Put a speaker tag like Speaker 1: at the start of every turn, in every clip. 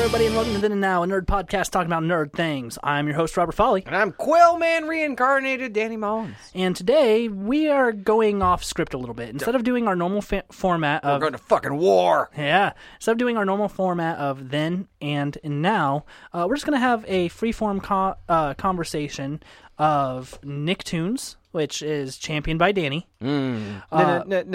Speaker 1: Then and Now, a nerd podcast talking about nerd things. I'm your host, Robert Folly.
Speaker 2: And I'm Quail Man reincarnated Danny Mullins.
Speaker 1: And today we are going off script a little bit. Instead of doing our normal fa- format
Speaker 2: We're
Speaker 1: of
Speaker 2: going to fucking war.
Speaker 1: yeah, instead of doing our normal format of then and now, uh, we're just gonna have a freeform co- uh, conversation of Nicktoons, which is championed by Danny,
Speaker 2: Uh, Nick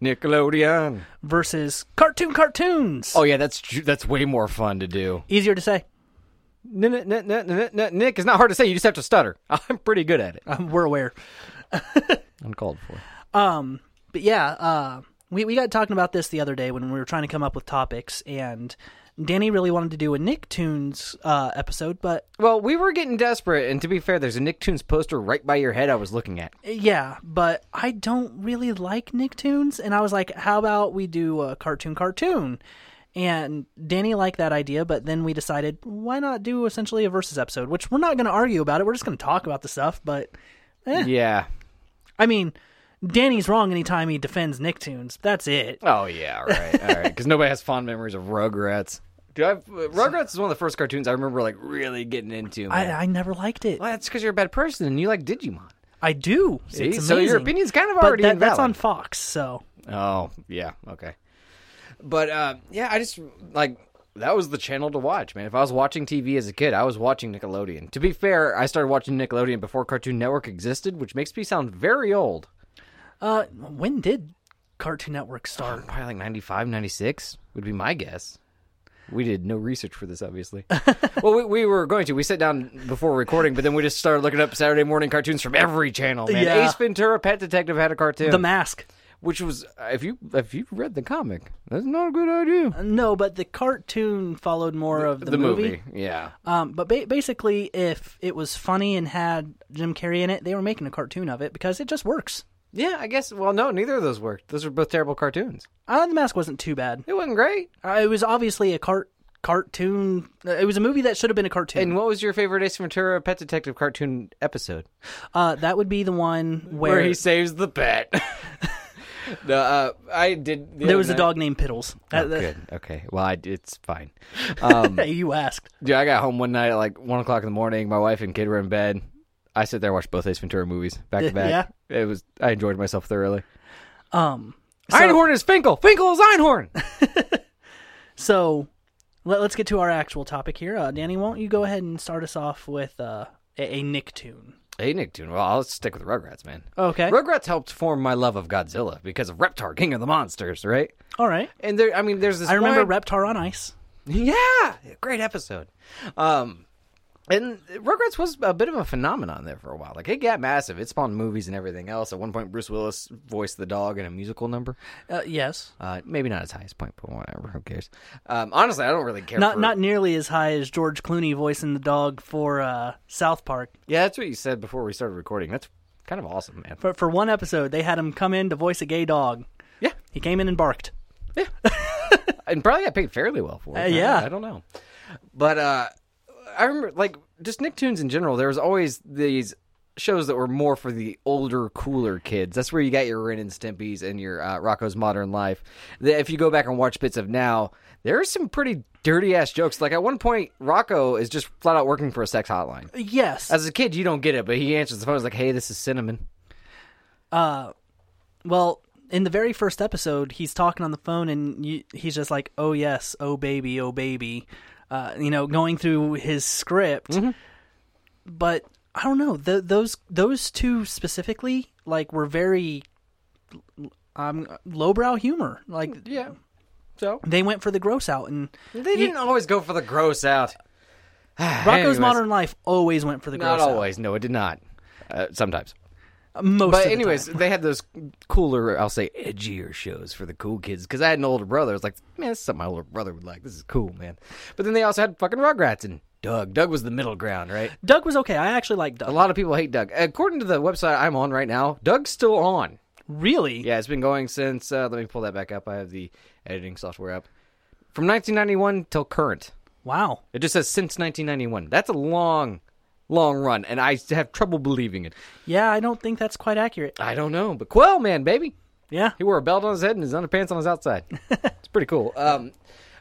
Speaker 2: Nickelodeon.
Speaker 1: versus cartoon cartoons.
Speaker 2: Oh yeah, that's ju- that's way more fun to do.
Speaker 1: Easier to say.
Speaker 2: Nick is not hard to say. You just have to stutter. I'm pretty good at it.
Speaker 1: Um, we're aware.
Speaker 2: Uncalled for.
Speaker 1: Um, but yeah, uh, we we got talking about this the other day when we were trying to come up with topics, and Danny really wanted to do a Nicktoons uh, episode, but
Speaker 2: Well, we were getting desperate, and to be fair, there's a Nicktoons poster right by your head. I was looking at.
Speaker 1: yeah, but I don't really like Nicktoons, and I was like, how about we do a cartoon cartoon? And Danny liked that idea, but then we decided why not do essentially a versus episode, which we're not going to argue about it. We're just going to talk about the stuff, but
Speaker 2: Yeah.
Speaker 1: I mean. Danny's wrong anytime he defends Nicktoons. That's it.
Speaker 2: Oh yeah, all right, all right. Because nobody has fond memories of Rugrats. Dude, I've, uh, Rugrats is one of the first cartoons I remember like really getting into.
Speaker 1: I,
Speaker 2: man.
Speaker 1: I never liked it.
Speaker 2: well, that's because you're a bad person and you like Digimon.
Speaker 1: I do.
Speaker 2: See,
Speaker 1: It's
Speaker 2: so your
Speaker 1: amazing.
Speaker 2: opinion's kind of
Speaker 1: but
Speaker 2: already
Speaker 1: that- that's on
Speaker 2: invalid.
Speaker 1: Fox. So
Speaker 2: Oh yeah, okay. But uh, yeah, I just like that was the channel to watch, man. If I was watching TV as a kid, I was watching Nickelodeon. To be fair, I started watching Nickelodeon before Cartoon Network existed, which makes me sound very old.
Speaker 1: uh, when did Cartoon Network start?
Speaker 2: Probably like 95, 96 would be my guess. We did no research for this, obviously. well, we, we were going to. We sat down before recording, but then we just started looking up Saturday morning cartoons from every channel. Man.
Speaker 1: Yeah.
Speaker 2: Ace Ventura, Pet Detective had a cartoon,
Speaker 1: The Mask.
Speaker 2: which was uh, if you if you read the comic, that's not a good idea.
Speaker 1: No, but the cartoon followed more of the, movie.
Speaker 2: yeah.
Speaker 1: Um, but ba- basically, if it was funny and had Jim Carrey in it, they were making a cartoon of it because it just works.
Speaker 2: Yeah, I guess. Well, no, neither of those worked. Those were both terrible cartoons.
Speaker 1: Uh, the Mask wasn't too bad.
Speaker 2: It wasn't great.
Speaker 1: Uh, it was obviously a cart cartoon. uh, It was a movie that should have been a cartoon.
Speaker 2: And what was your favorite Ace Ventura Pet Detective cartoon episode?
Speaker 1: uh, that would be the one where,
Speaker 2: Where he saves the pet. no, uh, I did.
Speaker 1: there
Speaker 2: the
Speaker 1: Oh,
Speaker 2: other
Speaker 1: was a
Speaker 2: night-
Speaker 1: dog named Piddles. That- that-
Speaker 2: Good. Okay. Well, I, it's fine. Uh,
Speaker 1: hey, you asked.
Speaker 2: Dude, I got home one night at like one o'clock in the morning. My wife and kid were in bed. I sit there and watched both Ace Ventura movies back to back. Yeah. It was. I enjoyed myself thoroughly.
Speaker 1: Um,
Speaker 2: Einhorn is Finkel. Finkel is Einhorn.
Speaker 1: So let, us get to our actual topic here. Uh, Danny, won't you go ahead and start us off with uh, a, a Nicktoon?
Speaker 2: hey, Nicktoon. Well, I'll stick with Rugrats, man.
Speaker 1: Okay.
Speaker 2: Rugrats helped form my love of Godzilla because of Reptar, King of the Monsters, right?
Speaker 1: All right.
Speaker 2: And there, I mean, there's this.
Speaker 1: I remember
Speaker 2: wide-
Speaker 1: Reptar on Ice.
Speaker 2: Yeah, great episode. Um, and Rugrats was a bit of a phenomenon there for a while. Like it got massive. It spawned movies and everything else. At one point, Bruce Willis voiced the dog in a musical number.
Speaker 1: Uh, yes.
Speaker 2: Uh, maybe not his highest point, but whatever. Who cares? Um, honestly, I don't really care.
Speaker 1: Not
Speaker 2: for-
Speaker 1: not nearly as high as George Clooney voicing the dog for uh, South Park.
Speaker 2: Yeah, that's what you said before we started recording. That's kind of awesome, man.
Speaker 1: For for one episode, they had him come in to voice a gay dog.
Speaker 2: Yeah,
Speaker 1: He came in and barked.
Speaker 2: and probably got paid fairly well for it.
Speaker 1: Uh, yeah.
Speaker 2: I, I don't know, but uh, I remember like just Nicktoons in general. There was always these shows that were more for the older, cooler kids. That's where you got your Ren and Stimpy's and your uh, Rocco's Modern Life. That if you go back and watch bits of now, there are some pretty dirty ass jokes. Like at one point, Rocco is just flat out working for a sex hotline.
Speaker 1: Yes.
Speaker 2: As a kid, you don't get it, but he answers the phone. He's like, "Hey, this is Cinnamon."
Speaker 1: Well, in the very first episode, he's talking on the phone and you, he's just like, "Oh yes, oh baby, oh baby," uh, you know, going through his script.
Speaker 2: Mm-hmm.
Speaker 1: But I don't know th those those two specifically, like, were very um, lowbrow humor. Like
Speaker 2: Yeah. So
Speaker 1: they went for the gross out, and
Speaker 2: they didn't always go for the gross out.
Speaker 1: Rocco's
Speaker 2: Anyways.
Speaker 1: Modern Life always went for the gross
Speaker 2: Not always. No, it did not. Uh, sometimes.
Speaker 1: out. Most, of
Speaker 2: But
Speaker 1: the
Speaker 2: anyways,
Speaker 1: time.
Speaker 2: they had those cooler, I'll say, edgier shows for the cool kids. Because I had an older brother, I was like, man, this is something my older brother would like. This is cool, man. But then they also had fucking Rugrats and Doug. Doug was the middle ground, right?
Speaker 1: Doug was okay. I actually liked
Speaker 2: A
Speaker 1: Doug.
Speaker 2: lot of people hate Doug. According to the website I'm on right now, Doug's still on.
Speaker 1: Really?
Speaker 2: Yeah, it's been going since. Uh, let me pull that back up. I have the editing software up from 1991 till current.
Speaker 1: Wow.
Speaker 2: It just says since 1991. That's a long, long run, and I have trouble believing it.
Speaker 1: Yeah, I don't think that's quite accurate.
Speaker 2: I don't know, but Quell Man, baby.
Speaker 1: Yeah.
Speaker 2: He wore a belt on his head and his underpants on his outside. it's pretty cool. Um,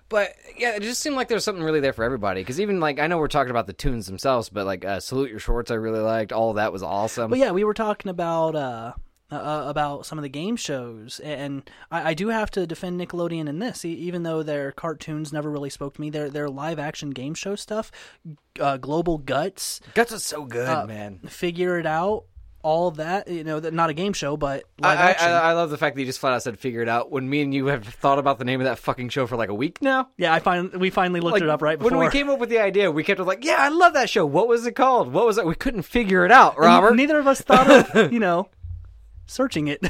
Speaker 2: But yeah, it just seemed like there's something really there for everybody. Because even like I know we're talking about the tunes themselves, but like uh, "Salute Your Shorts," I really liked. All of that was awesome.
Speaker 1: But yeah, we were talking about uh, uh, about some of the game shows, and I, I do have to defend Nickelodeon in this, e- even though their cartoons never really spoke to me. Their their live action game show stuff, uh, Global Guts,
Speaker 2: Guts was so good,
Speaker 1: Uh,
Speaker 2: man.
Speaker 1: Figure It Out, all that you know, that- not a game show, but live
Speaker 2: I, uh, I,
Speaker 1: action.
Speaker 2: I love the fact that you just flat out said "figure it out" when me and you have thought about the name of that fucking show for like a week now.
Speaker 1: yeah, I find we finally looked
Speaker 2: Like
Speaker 1: it up right before.
Speaker 2: when we came up with the idea, we kept like, "Yeah, I love that show. What was it called? What was it?" We couldn't figure it out, Robert.
Speaker 1: Neither of us thought of you know searching it.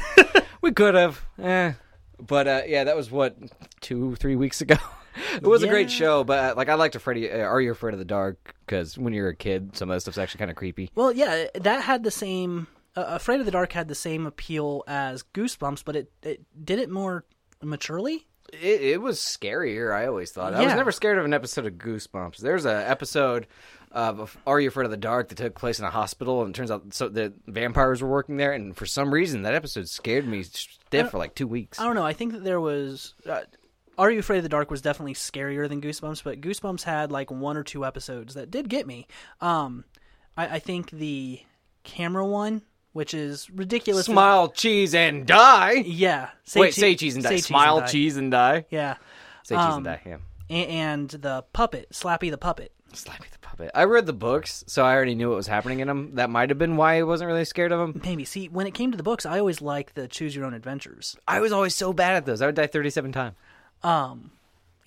Speaker 2: We could have, eh. but uh, yeah, that was what two, three weeks ago. it was a great
Speaker 1: Yeah.
Speaker 2: show, but uh, like I liked Freddy. Uh, Are you afraid of the dark? Because when you're a kid, some of that stuff's actually kind of creepy.
Speaker 1: Well, yeah, that had the same. Uh, Afraid of the Dark had the same appeal as Goosebumps, but it, it did it more maturely.
Speaker 2: It, it was scarier. I always thought. I was
Speaker 1: Yeah.
Speaker 2: never scared of an episode of Goosebumps. There's an episode of Are You Afraid of the Dark that took place in a hospital, and it turns out so the vampires were working there, and for some reason that episode scared me stiff for like two weeks.
Speaker 1: I don't know. I think that there was. Uh, Are You Afraid of the Dark was definitely scarier than Goosebumps, but Goosebumps had like one or two episodes that did get me. Um, I, I think the camera one, which is ridiculous.
Speaker 2: Smile, cheese, and die.
Speaker 1: Yeah. Say
Speaker 2: Wait,
Speaker 1: chee-
Speaker 2: say cheese and die. Um,
Speaker 1: say
Speaker 2: Smile,
Speaker 1: die.
Speaker 2: cheese, and die.
Speaker 1: Yeah.
Speaker 2: Say cheese and die. Yeah.
Speaker 1: A- And the puppet, Slappy the puppet.
Speaker 2: Slappy the puppet. I read the books, so I already knew what was happening in them. That might have been why I wasn't really scared of them.
Speaker 1: Maybe. See, when it came to the books, I always liked the choose your own adventures.
Speaker 2: I was always so bad at those. I would die 37 times.
Speaker 1: Um,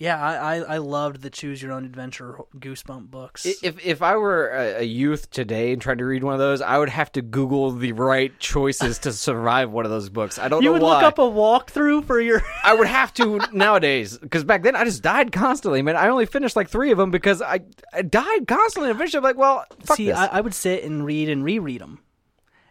Speaker 1: Yeah, I, I, I loved the choose your own adventure Goosebump books.
Speaker 2: If if I were a, a youth today and tried to read one of those, I would have to Google the right choices to survive one of those books. I don't
Speaker 1: you
Speaker 2: know
Speaker 1: would
Speaker 2: why.
Speaker 1: look up a walkthrough for your.
Speaker 2: I would have to nowadays because back then I just died constantly, man. I only finished like three of them because I, I died constantly. And eventually, I'm like, well, fuck
Speaker 1: See,
Speaker 2: this.
Speaker 1: I, I would sit and read and reread them,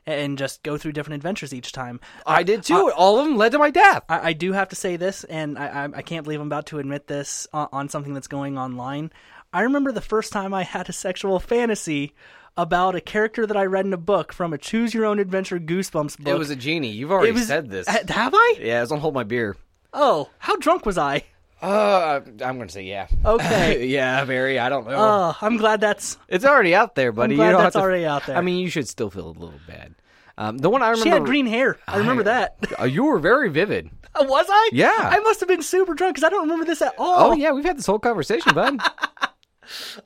Speaker 1: and just go through different adventures each time.
Speaker 2: I did too. All of them led to my death.
Speaker 1: I, I do have to say this, and I, I, I can't believe I'm about to admit this on, on something that's going online. I remember the first time I had a sexual fantasy about a character that I read in a book from a choose your own adventure Goosebumps book.
Speaker 2: It was a genie. You've already
Speaker 1: It was-
Speaker 2: said this.
Speaker 1: Ha- Have I?
Speaker 2: yeah, I was on hold my beer.
Speaker 1: Oh, how drunk was I?
Speaker 2: Uh, I'm gonna say yeah.
Speaker 1: Okay.
Speaker 2: yeah, very. I don't know.
Speaker 1: Uh, I'm glad that's.
Speaker 2: it's already out there, buddy.
Speaker 1: glad
Speaker 2: you don't
Speaker 1: that's
Speaker 2: have to-
Speaker 1: already out there.
Speaker 2: I mean, you should still feel a little bad. Um, the one I remember.
Speaker 1: She had green hair. I remember that.
Speaker 2: Uh, you were very vivid.
Speaker 1: Uh, Was I?
Speaker 2: Yeah.
Speaker 1: I must have been super drunk because I don't remember this at all.
Speaker 2: Oh yeah, we've had this whole conversation, bud.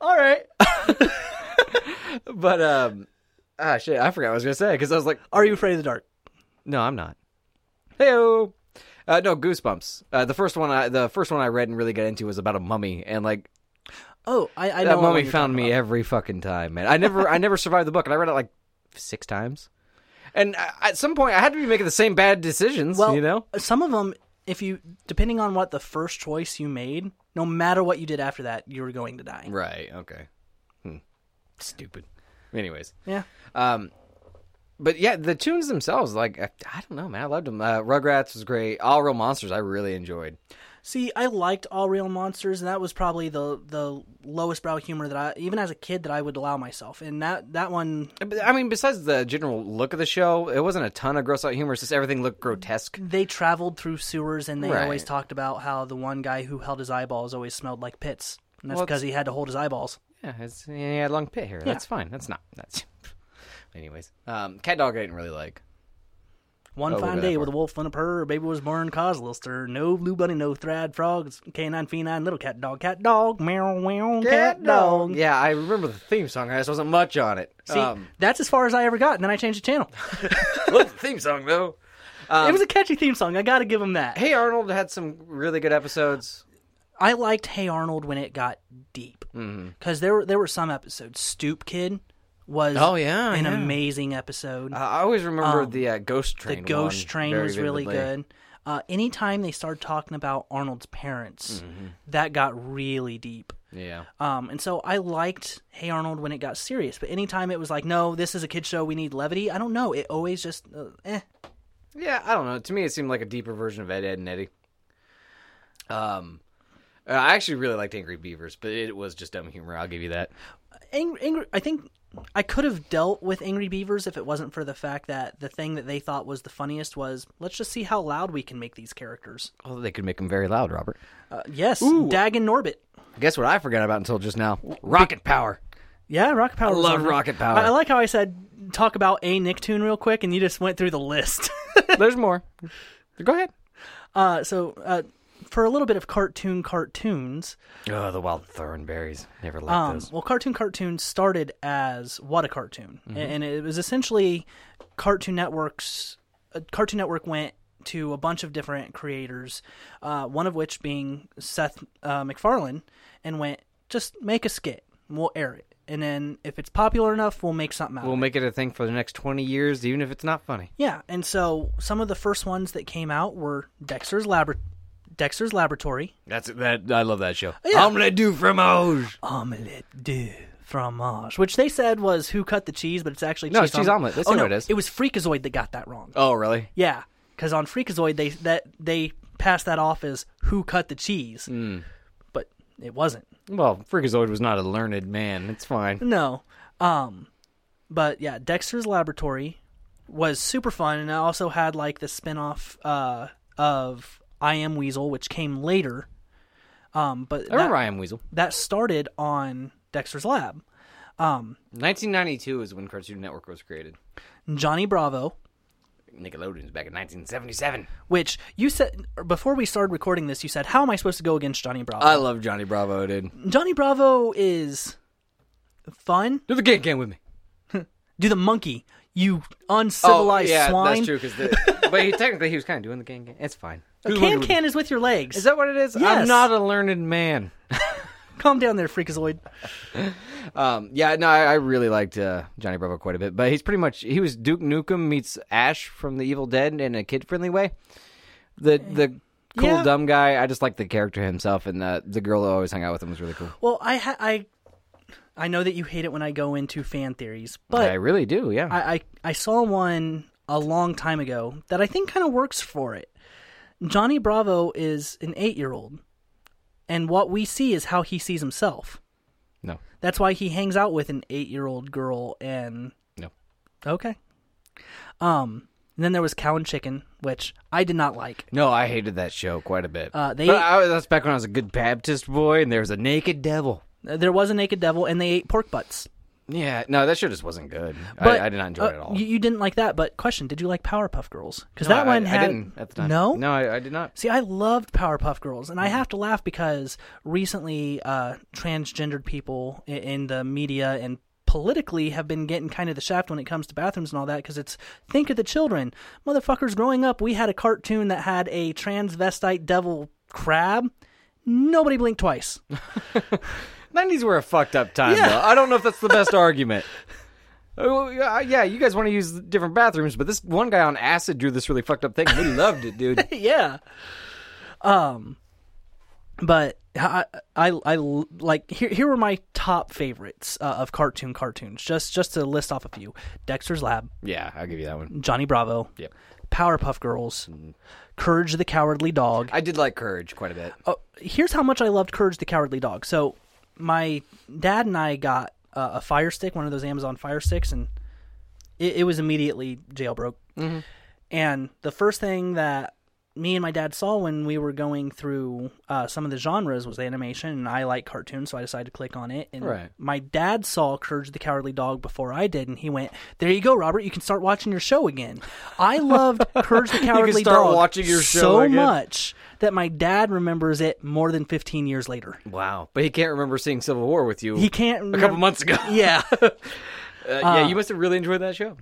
Speaker 2: Oh.
Speaker 1: All right.
Speaker 2: but um, ah shit, I forgot what I was gonna say because I was like,
Speaker 1: Are you afraid of the dark?
Speaker 2: no, I'm not. Heyo. Uh, no, Goosebumps. Uh, the first one, I, the first one I read and really got into was about a mummy, and like
Speaker 1: Oh, I, I know.
Speaker 2: that
Speaker 1: what one
Speaker 2: mummy
Speaker 1: you're
Speaker 2: found
Speaker 1: talking
Speaker 2: me
Speaker 1: about.
Speaker 2: every fucking time, man. I never, I never survived the book, and I read it like six times. And I, at some point, I had to be making the same bad decisions.
Speaker 1: Well,
Speaker 2: you know,
Speaker 1: some of them, if you depending on what the first choice you made, no matter what you did after that, you were going to die.
Speaker 2: right? Okay. Hmm. Stupid. Anyways,
Speaker 1: Yeah.
Speaker 2: um, but yeah, the tunes themselves, like I, I don't know, man, I loved them. Uh, Rugrats was great. All Real Monsters, I really enjoyed.
Speaker 1: See, I liked all real monsters, and that was probably the the lowest brow humor that I even as a kid that I would allow myself. And that that one,
Speaker 2: But, I mean, besides the general look of the show, it wasn't a ton of gross out humor. It's just everything looked grotesque.
Speaker 1: they traveled through sewers, and they
Speaker 2: Right.
Speaker 1: always talked about how the one guy who held his eyeballs always smelled like pits, and that's
Speaker 2: Well,
Speaker 1: because he had to hold his eyeballs.
Speaker 2: Yeah, it's, he had long pit hair. That's fine. That's not. That's. Anyways, um, cat dog I didn't really like.
Speaker 1: One
Speaker 2: Oh,
Speaker 1: fine
Speaker 2: that
Speaker 1: day
Speaker 2: part.
Speaker 1: with a wolf and a purr, a baby was born, cause a little stir. No blue bunny, no thrad frogs, canine, feline, little cat dog, cat dog, meow, meow, cat, dog.
Speaker 2: Yeah, I remember the theme song. I just wasn't much on it.
Speaker 1: See,
Speaker 2: um,
Speaker 1: that's as far as I ever got, and then I changed the channel.
Speaker 2: love the theme song though.
Speaker 1: it was a catchy theme song, I gotta give him that.
Speaker 2: um, Hey Arnold had some really good episodes.
Speaker 1: I liked Hey Arnold when it got deep,
Speaker 2: Mm-hmm.
Speaker 1: because there were there were some episodes. Stoop Kid was
Speaker 2: Oh, yeah,
Speaker 1: an
Speaker 2: yeah.
Speaker 1: amazing episode.
Speaker 2: Uh, I always remember the uh, Ghost Train.
Speaker 1: the Ghost
Speaker 2: one
Speaker 1: Train
Speaker 2: very
Speaker 1: was really
Speaker 2: vividly.
Speaker 1: good. Uh, anytime they started talking about Arnold's parents,
Speaker 2: Mm-hmm.
Speaker 1: that got really deep.
Speaker 2: Yeah.
Speaker 1: Um, and so I liked Hey Arnold when it got serious, but anytime it was like, no, this is a kid show, we need levity. I don't know. It always just, uh, eh.
Speaker 2: Yeah, I don't know. To me, it seemed like a deeper version of Ed, Ed and Eddie. Um, I actually really liked Angry Beavers, but it was just dumb humor. I'll give you that.
Speaker 1: Angry, angry. I think I could have dealt with Angry Beavers if it wasn't for the fact that the thing that they thought was the funniest was let's just see how loud we can make these characters.
Speaker 2: Oh, they could make them very loud, Robert.
Speaker 1: Uh, yes, Dag and Norbit.
Speaker 2: Guess what I forgot about until just now? Rocket power.
Speaker 1: Yeah, Rocket Power. I
Speaker 2: love Rocket Power.
Speaker 1: I, I like how I said talk about a Nicktoon real quick, and you just went through the list.
Speaker 2: There's more. Go ahead.
Speaker 1: uh, so uh, for a little bit of cartoon cartoons,
Speaker 2: Oh, the wild thornberries. Never liked
Speaker 1: Um, well, Cartoon Cartoon started as What a Cartoon, a- and it was essentially Cartoon Network's. Uh, Cartoon Network went to a bunch of different creators, uh, one of which being Seth uh, MacFarlane, and went just make a skit, and we'll air it, and then if it's popular enough, we'll make something out.
Speaker 2: We'll
Speaker 1: of it.
Speaker 2: make it a thing for the next 20 years, even if it's not funny.
Speaker 1: Yeah, and so some of the first ones that came out were Dexter's Labor- Dexter's Laboratory,
Speaker 2: That's that. I love that show.
Speaker 1: Yeah.
Speaker 2: I'm gonna do fromage.
Speaker 1: omelette de fromage, which they said was who cut the cheese, but it's actually
Speaker 2: No,
Speaker 1: cheese
Speaker 2: it's cheese omelet. That's
Speaker 1: oh
Speaker 2: not
Speaker 1: no,
Speaker 2: what it is.
Speaker 1: It was Freakazoid that got that wrong.
Speaker 2: Oh, really?
Speaker 1: Yeah, because on Freakazoid they that they passed that off as who cut the cheese,
Speaker 2: Mm.
Speaker 1: but it wasn't.
Speaker 2: Well, Freakazoid was not a learned man. It's fine.
Speaker 1: No, um, but yeah, Dexter's Laboratory was super fun, and I also had like the spinoff uh, of I Am Weasel, which came later. Um, but
Speaker 2: I remember
Speaker 1: that,
Speaker 2: I Am Weasel.
Speaker 1: that started on Dexter's Lab.
Speaker 2: 1992 is when Cartoon Network was created.
Speaker 1: Johnny Bravo,
Speaker 2: Nickelodeon's back in 1977.
Speaker 1: which you said before we started recording this, you said, "How am I supposed to go against Johnny Bravo?"
Speaker 2: I love Johnny Bravo, dude.
Speaker 1: Johnny Bravo is fun.
Speaker 2: Do the gang gang with me.
Speaker 1: Do the monkey, you uncivilized
Speaker 2: Oh, yeah,
Speaker 1: swine.
Speaker 2: that's true. Cause the, but he, technically, he was kind of doing the gang gang. It's fine. Who's
Speaker 1: Can
Speaker 2: wondering-
Speaker 1: can is with your legs.
Speaker 2: Is that what it is? I'm
Speaker 1: Yes.
Speaker 2: not a learned man.
Speaker 1: Calm down there, freakazoid.
Speaker 2: Um, yeah, no, I, I really liked uh, Johnny Bravo quite a bit, but he's pretty much he was Duke Nukem meets Ash from The Evil Dead in a kid friendly way. The the cool
Speaker 1: Eh, Yeah.
Speaker 2: dumb guy. I just liked the character himself, and uh, the girl that always hung out with him was really cool.
Speaker 1: Well, I ha- I I know that you hate it when I go into fan theories, but
Speaker 2: I really do. Yeah,
Speaker 1: I, I I saw one a long time ago that I think kind of works for it. Johnny Bravo is an 8-year-old. And what we see is how he sees himself.
Speaker 2: no,
Speaker 1: That's why he hangs out with an 8-year-old girl and
Speaker 2: no.
Speaker 1: Okay. Um, and then there was Cow and Chicken, which I did not like.
Speaker 2: No, I hated that show quite a bit.
Speaker 1: Uh, they-
Speaker 2: but I, that's back when I was a good Baptist boy, and there was a naked devil.
Speaker 1: There was a naked devil, and they ate pork butts.
Speaker 2: Yeah, no, that show just wasn't good.
Speaker 1: But
Speaker 2: I, I did not enjoy
Speaker 1: uh,
Speaker 2: it at all.
Speaker 1: You, you didn't like that, but question: Did you like Powerpuff Girls? Because
Speaker 2: No,
Speaker 1: that
Speaker 2: I-
Speaker 1: one
Speaker 2: I,
Speaker 1: had
Speaker 2: didn't at the time.
Speaker 1: no.
Speaker 2: no, Mm-hmm. I, I did not.
Speaker 1: See, I loved Powerpuff Girls, and I have to laugh because recently uh, transgendered people in, in the media and politically have been getting kind of the shaft when it comes to bathrooms and all that because it's think of the children. Motherfuckers, growing up, we had a cartoon that had a transvestite devil crab. Nobody blinked twice.
Speaker 2: 90s were a fucked up time,
Speaker 1: Yeah.
Speaker 2: though. I don't know if that's the best argument. Oh, yeah, yeah, you guys want to use different bathrooms, but this one guy on acid drew this really fucked up thing. We loved it, dude.
Speaker 1: yeah. Um, but I, I, I l- like here. Here were my top favorites uh, of cartoon cartoons. Just, just to list off a few: Dexter's Lab,
Speaker 2: Yeah, I'll give you that one.
Speaker 1: Johnny Bravo,
Speaker 2: Yep.
Speaker 1: Powerpuff Girls, Courage the Cowardly Dog.
Speaker 2: I did like Courage quite a bit.
Speaker 1: Oh, here's how much I loved Courage the Cowardly Dog. So, my dad and I got uh, a Fire Stick, one of those Amazon Fire Sticks, and it, it was immediately jailbroke. And the first thing that me and my dad saw when we were going through uh, some of the genres was animation, and I like cartoons, so I decided to click on it. And
Speaker 2: Right.
Speaker 1: my dad saw Courage the Cowardly Dog before I did, and he went, "There you go, Robert. You can start watching your show again." I loved Courage the Cowardly
Speaker 2: start
Speaker 1: Dog
Speaker 2: watching your show
Speaker 1: so
Speaker 2: again.
Speaker 1: much that my dad remembers it more than 15 years later.
Speaker 2: Wow. But he can't remember seeing Civil War with you
Speaker 1: He can't.
Speaker 2: a
Speaker 1: Remember-
Speaker 2: couple months ago.
Speaker 1: Yeah,
Speaker 2: Uh, yeah, you must have really enjoyed that show.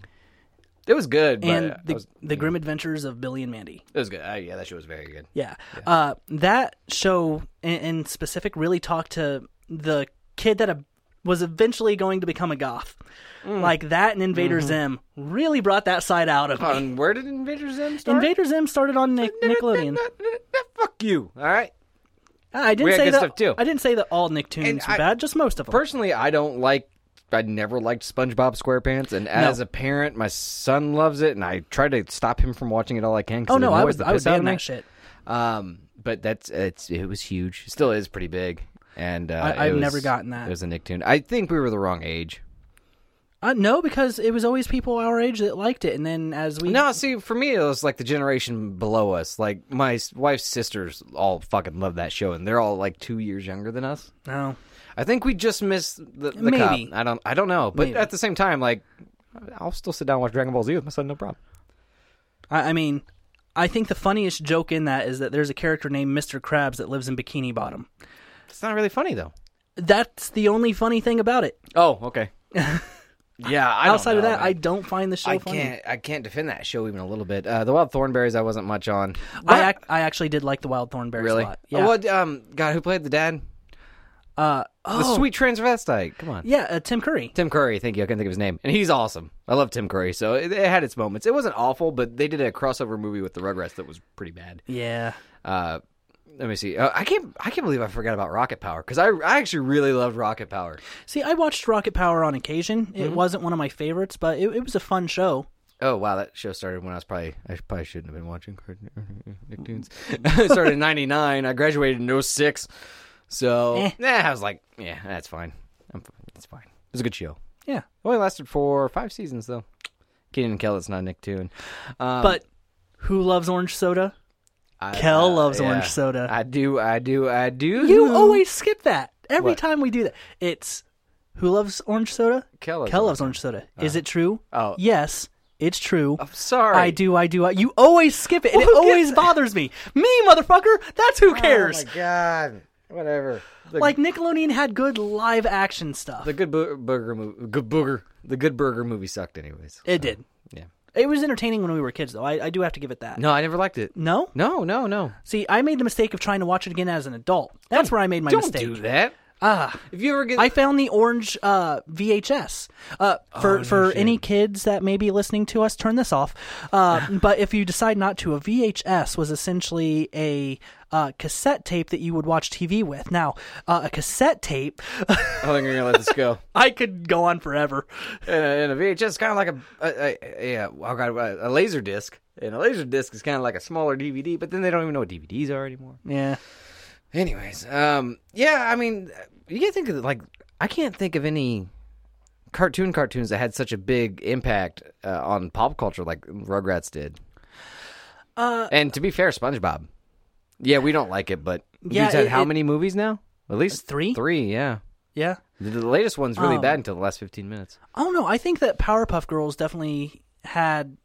Speaker 2: It was good, but
Speaker 1: and
Speaker 2: it,
Speaker 1: the,
Speaker 2: was,
Speaker 1: the Grim Adventures of Billy and Mandy.
Speaker 2: it was good. Uh, yeah, that show was very good.
Speaker 1: Yeah. Uh, that show in, in specific really talked to the kid that a, was eventually going to become a goth.
Speaker 2: Mm.
Speaker 1: Like that and Invader
Speaker 2: Mm-hmm.
Speaker 1: Zim really brought that side out of me.
Speaker 2: Um, where did Invader Zim start? Uh,
Speaker 1: Invader Zim started on Nic- Nickelodeon.
Speaker 2: Fuck you. All right.
Speaker 1: I didn't
Speaker 2: had
Speaker 1: say
Speaker 2: good
Speaker 1: that.
Speaker 2: stuff, too.
Speaker 1: I didn't say that all Nicktoons
Speaker 2: And
Speaker 1: were
Speaker 2: I-
Speaker 1: bad. Just most of them.
Speaker 2: personally, I don't like. I never liked SpongeBob SquarePants, and as a parent, my son loves it, and I try to stop him from watching it all I can. 'cause
Speaker 1: oh
Speaker 2: it
Speaker 1: no, I
Speaker 2: annoys
Speaker 1: was
Speaker 2: the
Speaker 1: I was
Speaker 2: piss out of
Speaker 1: ban
Speaker 2: me.
Speaker 1: that shit.
Speaker 2: Um, but that's it's it was huge. It still is pretty big, and uh,
Speaker 1: I-
Speaker 2: it
Speaker 1: I've
Speaker 2: was-
Speaker 1: never gotten that.
Speaker 2: It was a Nicktoon. I think we were the wrong age.
Speaker 1: Uh, no, because it was always people our age that liked it, and then as we
Speaker 2: No, see, for me, it was like the generation below us. Like my s- wife's sisters all fucking love that show, and they're all like two years younger than us.
Speaker 1: no,
Speaker 2: I think we just missed the, the
Speaker 1: Maybe.
Speaker 2: cup. I don't. I don't know. But
Speaker 1: Maybe.
Speaker 2: at the same time, like I'll still sit down and watch Dragon Ball Z with my son, no problem.
Speaker 1: I, I mean, I think the funniest joke in that is that there's a character named Mr. Krabs that lives in Bikini Bottom.
Speaker 2: It's not really funny though.
Speaker 1: That's the only funny thing about it.
Speaker 2: Oh, okay. yeah. I don't
Speaker 1: Outside of
Speaker 2: know,
Speaker 1: that,
Speaker 2: man.
Speaker 1: I don't find the show
Speaker 2: I
Speaker 1: funny.
Speaker 2: can't. I can't defend that show even a little bit. Uh, the Wild Thornberries, I wasn't much on.
Speaker 1: I, ac- I actually did like the Wild Thornberries
Speaker 2: really.
Speaker 1: a lot.
Speaker 2: Oh,
Speaker 1: Yeah.
Speaker 2: what? Um. God, who played the dad?
Speaker 1: Uh,
Speaker 2: The
Speaker 1: oh,
Speaker 2: sweet transvestite. Come on.
Speaker 1: yeah, uh, Tim Curry.
Speaker 2: Tim Curry, thank you. I couldn't think of his name, and he's awesome. I love Tim Curry, so it, it had its moments. It wasn't awful, but they did a crossover movie with the Rugrats that was pretty bad.
Speaker 1: Yeah.
Speaker 2: Uh, let me see. Uh, I can't. I can't believe I forgot about Rocket Power because I, I actually really loved Rocket Power.
Speaker 1: See, I watched Rocket Power on occasion.
Speaker 2: Mm-hmm.
Speaker 1: It wasn't one of my favorites, but it, it was a fun show.
Speaker 2: Oh wow, that show started when I was probably I probably shouldn't have been watching Cartoon- Nicktoons. it started in '99. I graduated in 06. so
Speaker 1: Eh.
Speaker 2: yeah, I was like, yeah, that's fine. I'm fine. It's fine. It was a good show.
Speaker 1: Yeah.
Speaker 2: It only lasted for five seasons though. Keenan and Kel, it's not Nicktoon. Um,
Speaker 1: But who loves orange soda?
Speaker 2: I-
Speaker 1: Kel
Speaker 2: I-
Speaker 1: loves orange soda.
Speaker 2: I do, I do, I do.
Speaker 1: You always skip that. Every
Speaker 2: What?
Speaker 1: time we do that, it's who loves orange soda?
Speaker 2: Kel loves
Speaker 1: Kel
Speaker 2: orange
Speaker 1: loves orange soda. Is it true?
Speaker 2: Oh.
Speaker 1: Yes, it's true.
Speaker 2: I'm sorry.
Speaker 1: I do, I do. I, you always skip it, and it
Speaker 2: Well, who gets-
Speaker 1: always bothers me. Me, motherfucker. That's who cares.
Speaker 2: Oh my god. Whatever. The,
Speaker 1: like Nickelodeon had good live action stuff.
Speaker 2: the good bo- burger movie, good booger, the good burger movie sucked anyways.
Speaker 1: it did.
Speaker 2: Yeah.
Speaker 1: It was entertaining when we were kids, though. I, I do have to give it that.
Speaker 2: No, I never liked it.
Speaker 1: No?
Speaker 2: No, no, no.
Speaker 1: See, I made the mistake of trying to watch it again as an adult. That's where I made my
Speaker 2: Don't
Speaker 1: mistake.
Speaker 2: do that.
Speaker 1: Ah,
Speaker 2: If you ever get,
Speaker 1: I found the orange uh, VHS. Uh, for for any kids that may be listening to us, turn this off. Uh, but if you decide not to, a VHS was essentially a uh, cassette tape that you would watch TV with. Now, uh, a cassette tape,
Speaker 2: I think we're Oh, gonna let this go.
Speaker 1: I could go on forever.
Speaker 2: and, a, and a VHS kind of like a, a, a, yeah, oh god, a, a laser disc. And a laser disc is kind of like a smaller DVD, but then they don't even know what DVDs are anymore.
Speaker 1: Yeah.
Speaker 2: Anyways, um, yeah, I mean, you can think of like I can't think of any cartoon cartoons that had such a big impact uh, on pop culture like Rugrats did. Uh, and to be fair, SpongeBob. Yeah, we don't like it, but
Speaker 1: Yeah,
Speaker 2: you've had
Speaker 1: it-
Speaker 2: how
Speaker 1: it-
Speaker 2: many movies now? At least
Speaker 1: Three? Oh.
Speaker 2: Three, yeah.
Speaker 1: Yeah.
Speaker 2: The, the latest one's really bad until the last fifteen minutes.
Speaker 1: I don't know. I think that Powerpuff Girls definitely had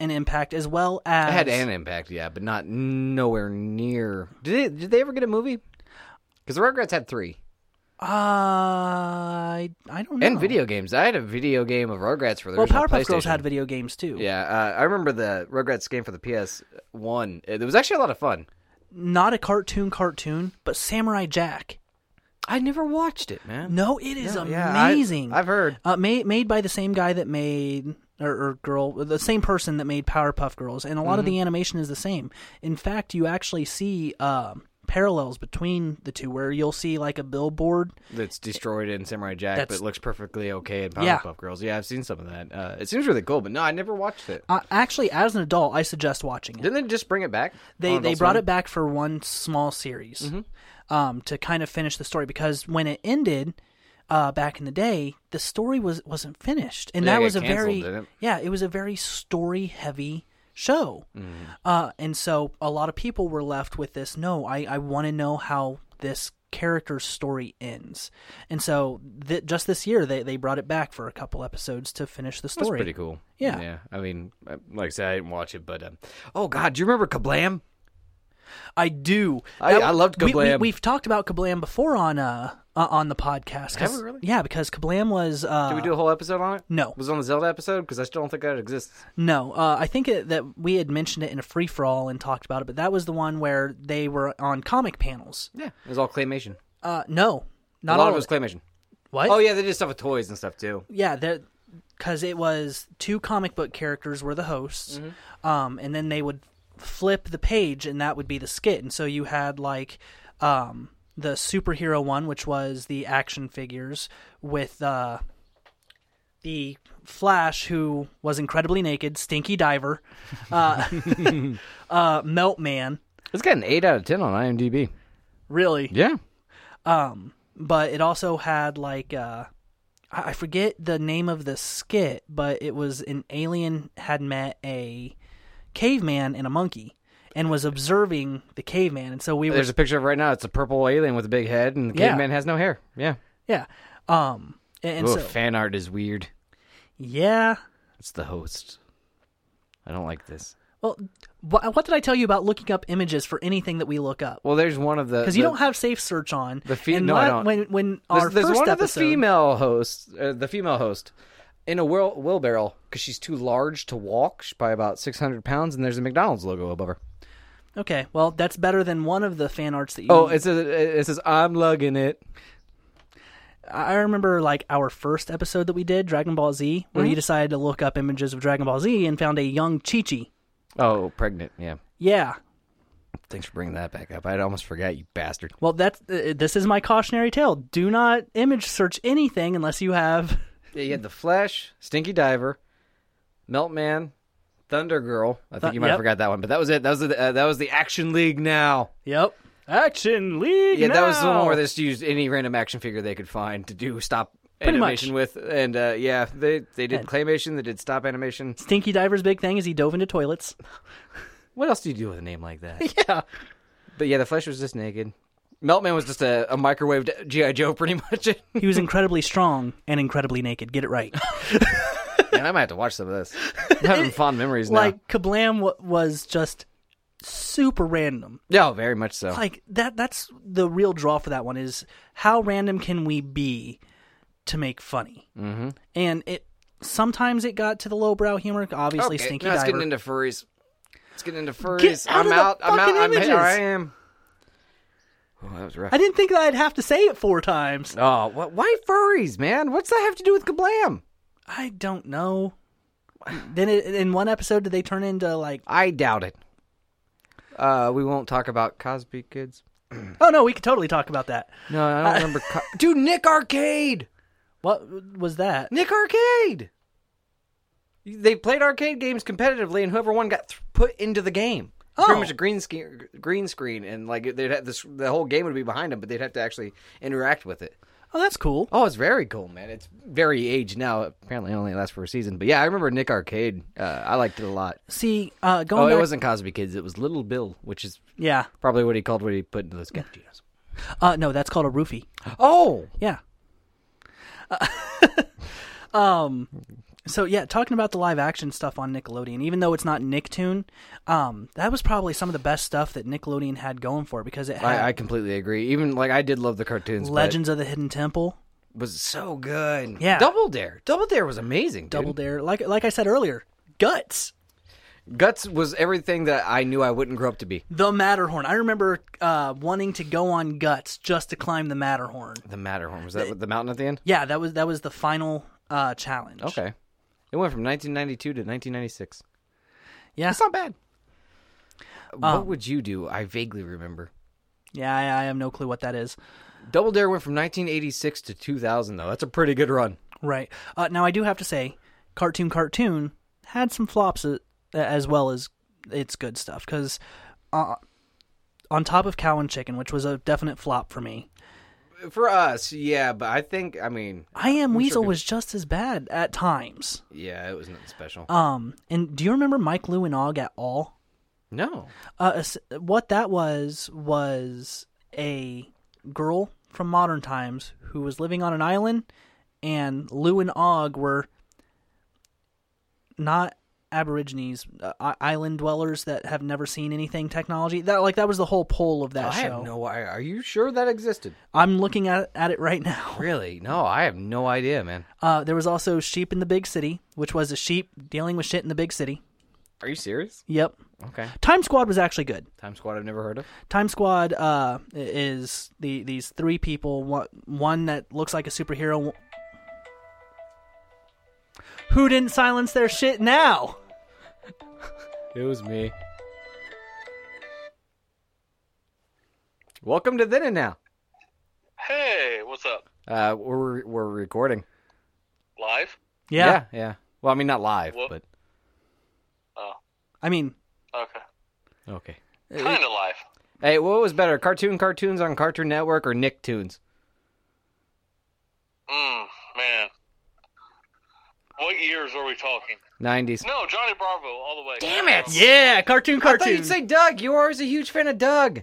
Speaker 1: an impact as well as
Speaker 2: It had an impact, yeah, but not nowhere near. Did they, did they ever get a movie? Because the Rugrats had three.
Speaker 1: Uh, I I don't know.
Speaker 2: And video games. I had a video game of Rugrats for the
Speaker 1: Well,
Speaker 2: original
Speaker 1: Powerpuff Girls
Speaker 2: PlayStation.
Speaker 1: had video games too.
Speaker 2: Yeah, uh, I remember the Rugrats game for the PS One. It was actually a lot of fun.
Speaker 1: Not a cartoon cartoon, but Samurai Jack.
Speaker 2: I never watched it, man.
Speaker 1: No, it is
Speaker 2: yeah, I-
Speaker 1: amazing.
Speaker 2: I've heard.
Speaker 1: Uh, made made by the same guy that made or, or girl, the same person that made Powerpuff Girls, and a lot of
Speaker 2: Mm-hmm.
Speaker 1: the animation is the same. In fact, you actually see um parallels between the two, where you'll see like a billboard.
Speaker 2: That's destroyed in Samurai Jack,
Speaker 1: That's-
Speaker 2: but looks perfectly okay in Powerpuff
Speaker 1: Yeah.
Speaker 2: Girls. Yeah, I've seen some of that. Uh, it seems really cool, but no, I never watched it.
Speaker 1: Uh, actually, as an adult, I suggest watching it.
Speaker 2: Didn't they just bring it back?
Speaker 1: They they brought it back for one small series
Speaker 2: Mm-hmm.
Speaker 1: um, to kind of finish the story because when it ended uh, back in the day, the story was wasn't finished, and
Speaker 2: Yeah,
Speaker 1: that
Speaker 2: it
Speaker 1: was a
Speaker 2: got canceled,
Speaker 1: very
Speaker 2: didn't it?
Speaker 1: yeah, it was a very story heavy show,
Speaker 2: Mm-hmm.
Speaker 1: uh, and so a lot of people were left with this. No, I I want to know how this character's story ends, and so th- just this year they they brought it back for a couple episodes to finish the
Speaker 2: That's
Speaker 1: story.
Speaker 2: pretty cool.
Speaker 1: Yeah.
Speaker 2: yeah. I mean, I- like I said, I didn't watch it, but um, oh god, do you remember Kablam?
Speaker 1: I do.
Speaker 2: I- I loved
Speaker 1: we-
Speaker 2: Kablam.
Speaker 1: We, have talked about Kablam before on uh, uh on the podcast. 'cause-
Speaker 2: Have we really?
Speaker 1: Yeah, because Kablam was uh,
Speaker 2: Did we do a whole episode on it?
Speaker 1: no.
Speaker 2: Was it on the Zelda episode? Because I still don't think that exists.
Speaker 1: no. Uh, I think it, that we had mentioned it in a free for all and talked about it, but that was the one where they were on comic panels.
Speaker 2: Yeah, it was all claymation.
Speaker 1: Uh, no,
Speaker 2: A
Speaker 1: not
Speaker 2: lot
Speaker 1: all
Speaker 2: of
Speaker 1: of
Speaker 2: it was
Speaker 1: it.
Speaker 2: claymation.
Speaker 1: What?
Speaker 2: Oh yeah, they did stuff with toys and stuff too.
Speaker 1: yeah, there because it was two comic book characters were the hosts, um, and then they would flip the page, and that would be the skit. And so you had like um, the superhero one, which was the action figures with uh, the Flash, who was incredibly naked, Stinky Diver, uh, uh, Melt Man,
Speaker 2: It's got an eight out of ten on IMDb.
Speaker 1: really.
Speaker 2: Yeah,
Speaker 1: But it also had like uh, I I forget the name of the skit, but it was an alien had met a caveman and a monkey, and was observing the caveman. And so we were
Speaker 2: There's a picture of it right now. It's a purple alien with a big head, and the
Speaker 1: Yeah.
Speaker 2: caveman has no hair. Yeah.
Speaker 1: Yeah. Um and, and
Speaker 2: Ooh,
Speaker 1: so
Speaker 2: fan art is weird.
Speaker 1: yeah.
Speaker 2: It's the host. I don't like this.
Speaker 1: Well, wh- what did I tell you about looking up images for anything that we look up?
Speaker 2: Well, there's one of the
Speaker 1: Because you
Speaker 2: the-
Speaker 1: don't have safe search on.
Speaker 2: The fe-
Speaker 1: and
Speaker 2: no, I
Speaker 1: la-
Speaker 2: don't.
Speaker 1: When when
Speaker 2: There's,
Speaker 1: our
Speaker 2: there's
Speaker 1: first
Speaker 2: one of the
Speaker 1: episode,
Speaker 2: female hosts, uh, the female host, in a wheel, wheelbarrow because she's too large to walk she's by about 600 pounds, and there's a McDonald's logo above her.
Speaker 1: okay, well that's better than one of the fan arts that you.
Speaker 2: Oh, it says, it says I'm lugging it.
Speaker 1: I I remember like our first episode that we did, Dragon Ball Z, where
Speaker 2: Mm-hmm.
Speaker 1: you decided to look up images of Dragon Ball Z and found a young Chi Chi.
Speaker 2: Oh, pregnant. Yeah.
Speaker 1: Yeah.
Speaker 2: Thanks for bringing that back up. I'd almost forgot, you bastard.
Speaker 1: Well, that's uh, this is my cautionary tale. Do not image search anything unless you have.
Speaker 2: Yeah, you had the Flash, Stinky Diver, Melt Man, Thunder Girl. I think
Speaker 1: Thu-
Speaker 2: you might
Speaker 1: yep.
Speaker 2: have forgot that one, but that was it. That was the uh, that was the Action League now.
Speaker 1: Yep. Action League.
Speaker 2: Yeah, that was the one
Speaker 1: now!
Speaker 2: where they just used any random action figure they could find to do stop
Speaker 1: Pretty much.
Speaker 2: animation with, and uh, yeah, they they did claymation, they did stop animation.
Speaker 1: Stinky Diver's big thing is he dove into toilets.
Speaker 2: What else do you do with a name like that?
Speaker 1: Yeah.
Speaker 2: but yeah, the Flash was just naked. Meltman was just a, a microwaved GI Joe, pretty much. and
Speaker 1: He was incredibly strong and incredibly naked. Get it right.
Speaker 2: I might have to watch some of this. I'm having fond memories now.
Speaker 1: like Kablam w- was just super random.
Speaker 2: no, very much so.
Speaker 1: Like that that's the real draw for that one is how random can we be to make funny? Mm-hmm. And it sometimes it got to the lowbrow humor, obviously
Speaker 2: Okay,
Speaker 1: Stinky
Speaker 2: now it's
Speaker 1: Diver.
Speaker 2: getting into furries. It's getting into furries.
Speaker 1: out
Speaker 2: I'm
Speaker 1: of the
Speaker 2: out. I'm out.
Speaker 1: fucking
Speaker 2: I'm
Speaker 1: images.
Speaker 2: here. I am. Oh, that was rough.
Speaker 1: I didn't think that I'd have to say it four times.
Speaker 2: oh, what? Why furries, man? What's that have to do with Kablam?
Speaker 1: I don't know. Then it, in one episode did they turn into like
Speaker 2: I doubt it. Uh, we won't talk about Cosby Kids.
Speaker 1: oh no, we could totally talk about that.
Speaker 2: No, I
Speaker 1: Uh,
Speaker 2: don't remember. Co- Dude, Nick Arcade.
Speaker 1: What was that?
Speaker 2: Nick Arcade. They played arcade games competitively, and whoever won got th- put into the game. It's
Speaker 1: Oh.
Speaker 2: Pretty much a green screen, green screen, and like they'd have this, the whole game would be behind them, but they'd have to actually interact with it.
Speaker 1: Oh, that's cool.
Speaker 2: Oh, it's very cool, man. It's very aged now. Apparently, it only lasts for a season. But yeah, I remember Nick Arcade. Uh, I liked it a lot.
Speaker 1: See, uh,
Speaker 2: Oh,
Speaker 1: going
Speaker 2: it
Speaker 1: back,
Speaker 2: wasn't Cosby Kids. It was Little Bill, which is
Speaker 1: yeah,
Speaker 2: probably what he called what he put into those cappuccinos.
Speaker 1: uh, no, that's called a roofie.
Speaker 2: Oh,
Speaker 1: Yeah. Uh, um. So yeah, talking about the live action stuff on Nickelodeon, even though it's not Nicktoon, um, that was probably some of the best stuff that Nickelodeon had going for it because it had
Speaker 2: I, I completely agree. Even like I did love the cartoons. but
Speaker 1: Legends of the Hidden Temple,
Speaker 2: it was so good.
Speaker 1: Yeah.
Speaker 2: Double Dare. Double Dare was amazing.
Speaker 1: Double
Speaker 2: Double
Speaker 1: Dare, like like I said earlier, Guts,
Speaker 2: Guts was everything that I knew I wouldn't grow up to be.
Speaker 1: the Matterhorn. I remember uh, wanting to go on Guts just to climb the Matterhorn.
Speaker 2: The Matterhorn was that with the mountain at the end?
Speaker 1: Yeah, that was that was the final uh, challenge.
Speaker 2: Okay, it went from 1992 to 1996.
Speaker 1: Yeah.
Speaker 2: That's not bad. what would you do? I vaguely remember.
Speaker 1: Yeah, I, I have no clue what that is.
Speaker 2: Double Dare went from 1986 to 2000, though. That's a pretty good run.
Speaker 1: Right. Uh, now, I do have to say, Cartoon Cartoon had some flops uh, as well as its good stuff. Because uh, on top of Cow and Chicken, which was a definite flop for me,
Speaker 2: For us, yeah, but I think, I mean,
Speaker 1: I Am Weasel was just as bad at times.
Speaker 2: yeah, it was nothing special.
Speaker 1: Um, and do you remember Mike Lou and Og at all?
Speaker 2: no.
Speaker 1: Uh, es- what that was was a girl from modern times who was living on an island, and Lou and Og were not Aborigines, uh, i- island dwellers that have never seen anything technology. That like that was the whole pull of that
Speaker 2: I
Speaker 1: show.
Speaker 2: have no idea. Are you sure that existed?
Speaker 1: I'm looking at at it right now.
Speaker 2: Really? No, I have no idea, man.
Speaker 1: Uh, there was also Sheep in the Big City, which was a sheep dealing with shit in the big city.
Speaker 2: Are you serious?
Speaker 1: Yep.
Speaker 2: Okay.
Speaker 1: Time Squad was actually good.
Speaker 2: Time Squad, I've never heard of.
Speaker 1: Time Squad uh, is the these three people. One, one that looks like a superhero. Who didn't silence their shit now?
Speaker 2: It was me. Welcome to Then and Now.
Speaker 3: Hey, what's up?
Speaker 2: Uh, we're, we're recording.
Speaker 3: Live?
Speaker 1: Yeah.
Speaker 2: yeah. yeah. Well, I mean, not live,
Speaker 3: Whoop.
Speaker 2: but.
Speaker 3: Oh,
Speaker 1: I mean,
Speaker 3: okay.
Speaker 2: Okay.
Speaker 3: Kind of live.
Speaker 2: Hey, what was better, Cartoon Cartoons on Cartoon Network or Nicktoons?
Speaker 3: Mm, man. What years are we talking?
Speaker 2: 90s.
Speaker 3: No, Johnny Bravo, all the way.
Speaker 2: Damn
Speaker 3: Johnny
Speaker 2: it!
Speaker 3: Bravo.
Speaker 1: Yeah, cartoon,
Speaker 2: I thought
Speaker 1: cartoon.
Speaker 2: you'd say Doug. You are always a huge fan of Doug.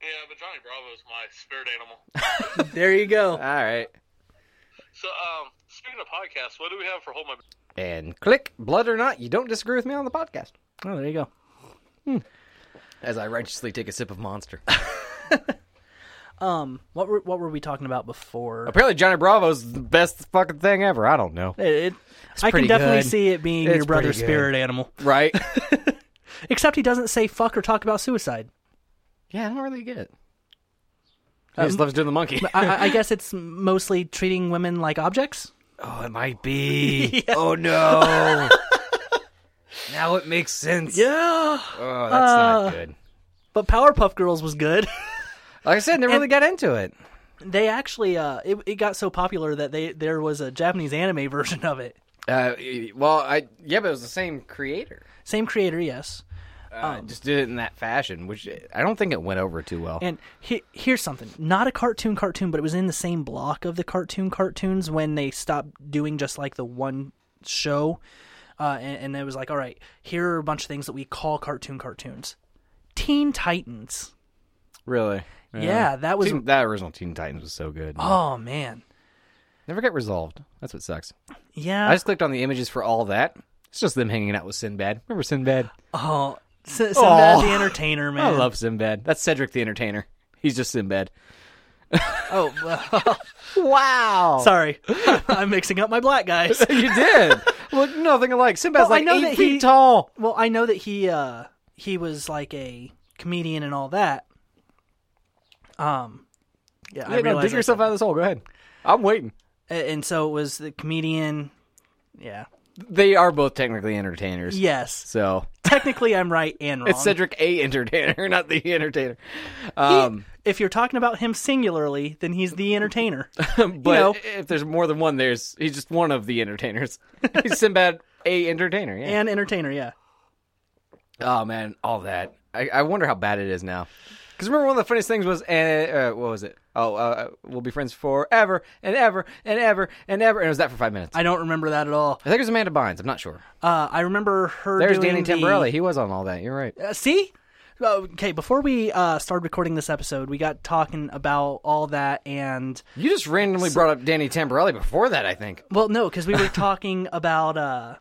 Speaker 3: Yeah, but Johnny Bravo is my spirit animal.
Speaker 1: there you
Speaker 2: All
Speaker 1: go.
Speaker 2: right.
Speaker 3: So, um, speaking of podcasts, what do we have for Hold My
Speaker 2: And click, blood or not, you don't disagree with me on the podcast.
Speaker 1: Oh, there you go.
Speaker 2: As I righteously take a sip of Monster.
Speaker 1: Um, what were what were we talking about before?
Speaker 2: Apparently, Johnny Bravo's the best fucking thing ever. I don't know.
Speaker 1: It, it- I
Speaker 2: pretty
Speaker 1: can definitely
Speaker 2: good.
Speaker 1: see it being
Speaker 2: It's
Speaker 1: your brother's
Speaker 2: pretty good.
Speaker 1: spirit animal.
Speaker 2: Right?
Speaker 1: Except he doesn't say fuck or talk about suicide.
Speaker 2: yeah, I don't really get it. Um, I just loves doing the monkey.
Speaker 1: I, I- I guess it's mostly treating women like objects.
Speaker 2: Oh, it might be. Oh no. now it makes sense.
Speaker 1: Yeah.
Speaker 2: Oh, that's
Speaker 1: Uh,
Speaker 2: not good.
Speaker 1: But Powerpuff Girls was good.
Speaker 2: Like I said, never really got into it.
Speaker 1: they actually, uh, it, it got so popular that they there was a Japanese anime version of it.
Speaker 2: Uh, well, I yeah, but it was the same creator.
Speaker 1: Same creator, yes.
Speaker 2: Uh,
Speaker 1: Um,
Speaker 2: just did it in that fashion, which eh, I don't think it went over too well.
Speaker 1: And he, here's something: not a cartoon cartoon, but it was in the same block of the cartoon cartoons when they stopped doing just like the one show, uh, and, and it was like, all right, here are a bunch of things that we call cartoon cartoons. Teen Titans.
Speaker 2: really?
Speaker 1: Yeah, that was.
Speaker 2: Teen- that original Teen Titans was so good.
Speaker 1: Oh man.
Speaker 2: Never got resolved. That's what sucks.
Speaker 1: Uh, Yeah.
Speaker 2: I just clicked on the images for all that. It's just them hanging out with Sinbad. Remember Sinbad?
Speaker 1: Oh, S- Sinbad
Speaker 2: Aw.
Speaker 1: the Entertainer, man.
Speaker 2: I love Sinbad. That's Cedric the Entertainer. He's just Sinbad.
Speaker 1: Oh, well,
Speaker 2: Wow.
Speaker 1: sorry, I'm mixing up my black guys.
Speaker 2: you did. Look nothing alike. Sinbad's
Speaker 1: Well, Oh, I
Speaker 2: like
Speaker 1: know
Speaker 2: eight
Speaker 1: that
Speaker 2: feet
Speaker 1: he-
Speaker 2: tall.
Speaker 1: Well, I know that he uh he was like a comedian and all that. Um, yeah, I
Speaker 2: Hey, man,
Speaker 1: realize
Speaker 2: dig
Speaker 1: I
Speaker 2: yourself out of this hole. Go ahead. I'm waiting.
Speaker 1: said- a- And so it was the comedian. Yeah.
Speaker 2: They are both technically entertainers.
Speaker 1: Yes.
Speaker 2: So
Speaker 1: Technically, I'm right and wrong.
Speaker 2: it's Cedric a entertainer, not the entertainer. Um,
Speaker 1: if you're talking about him singularly, then he's the entertainer.
Speaker 2: but
Speaker 1: know.
Speaker 2: if there's more than one, there's he's just one of the entertainers. he's Sinbad a entertainer. Yeah.
Speaker 1: and entertainer, yeah.
Speaker 2: Oh man, all that. I, I wonder how bad it is now. Because remember, one of the funniest things was, uh, uh, what was it? Oh, uh, we'll be friends forever and ever and ever and ever. And it was that for five minutes. I,
Speaker 1: I don't remember that at all.
Speaker 2: think it was Amanda Bynes. I'm not sure.
Speaker 1: Uh, I remember her.
Speaker 2: There's
Speaker 1: doing
Speaker 2: Danny
Speaker 1: the-
Speaker 2: Tamborelli. He was on all that. You're right.
Speaker 1: Uh, see? Okay, before we uh, started recording this episode, we got talking about all that and
Speaker 2: You just randomly brought up Danny Tamborelli before that, I think.
Speaker 1: well, no, because we were talking about uh,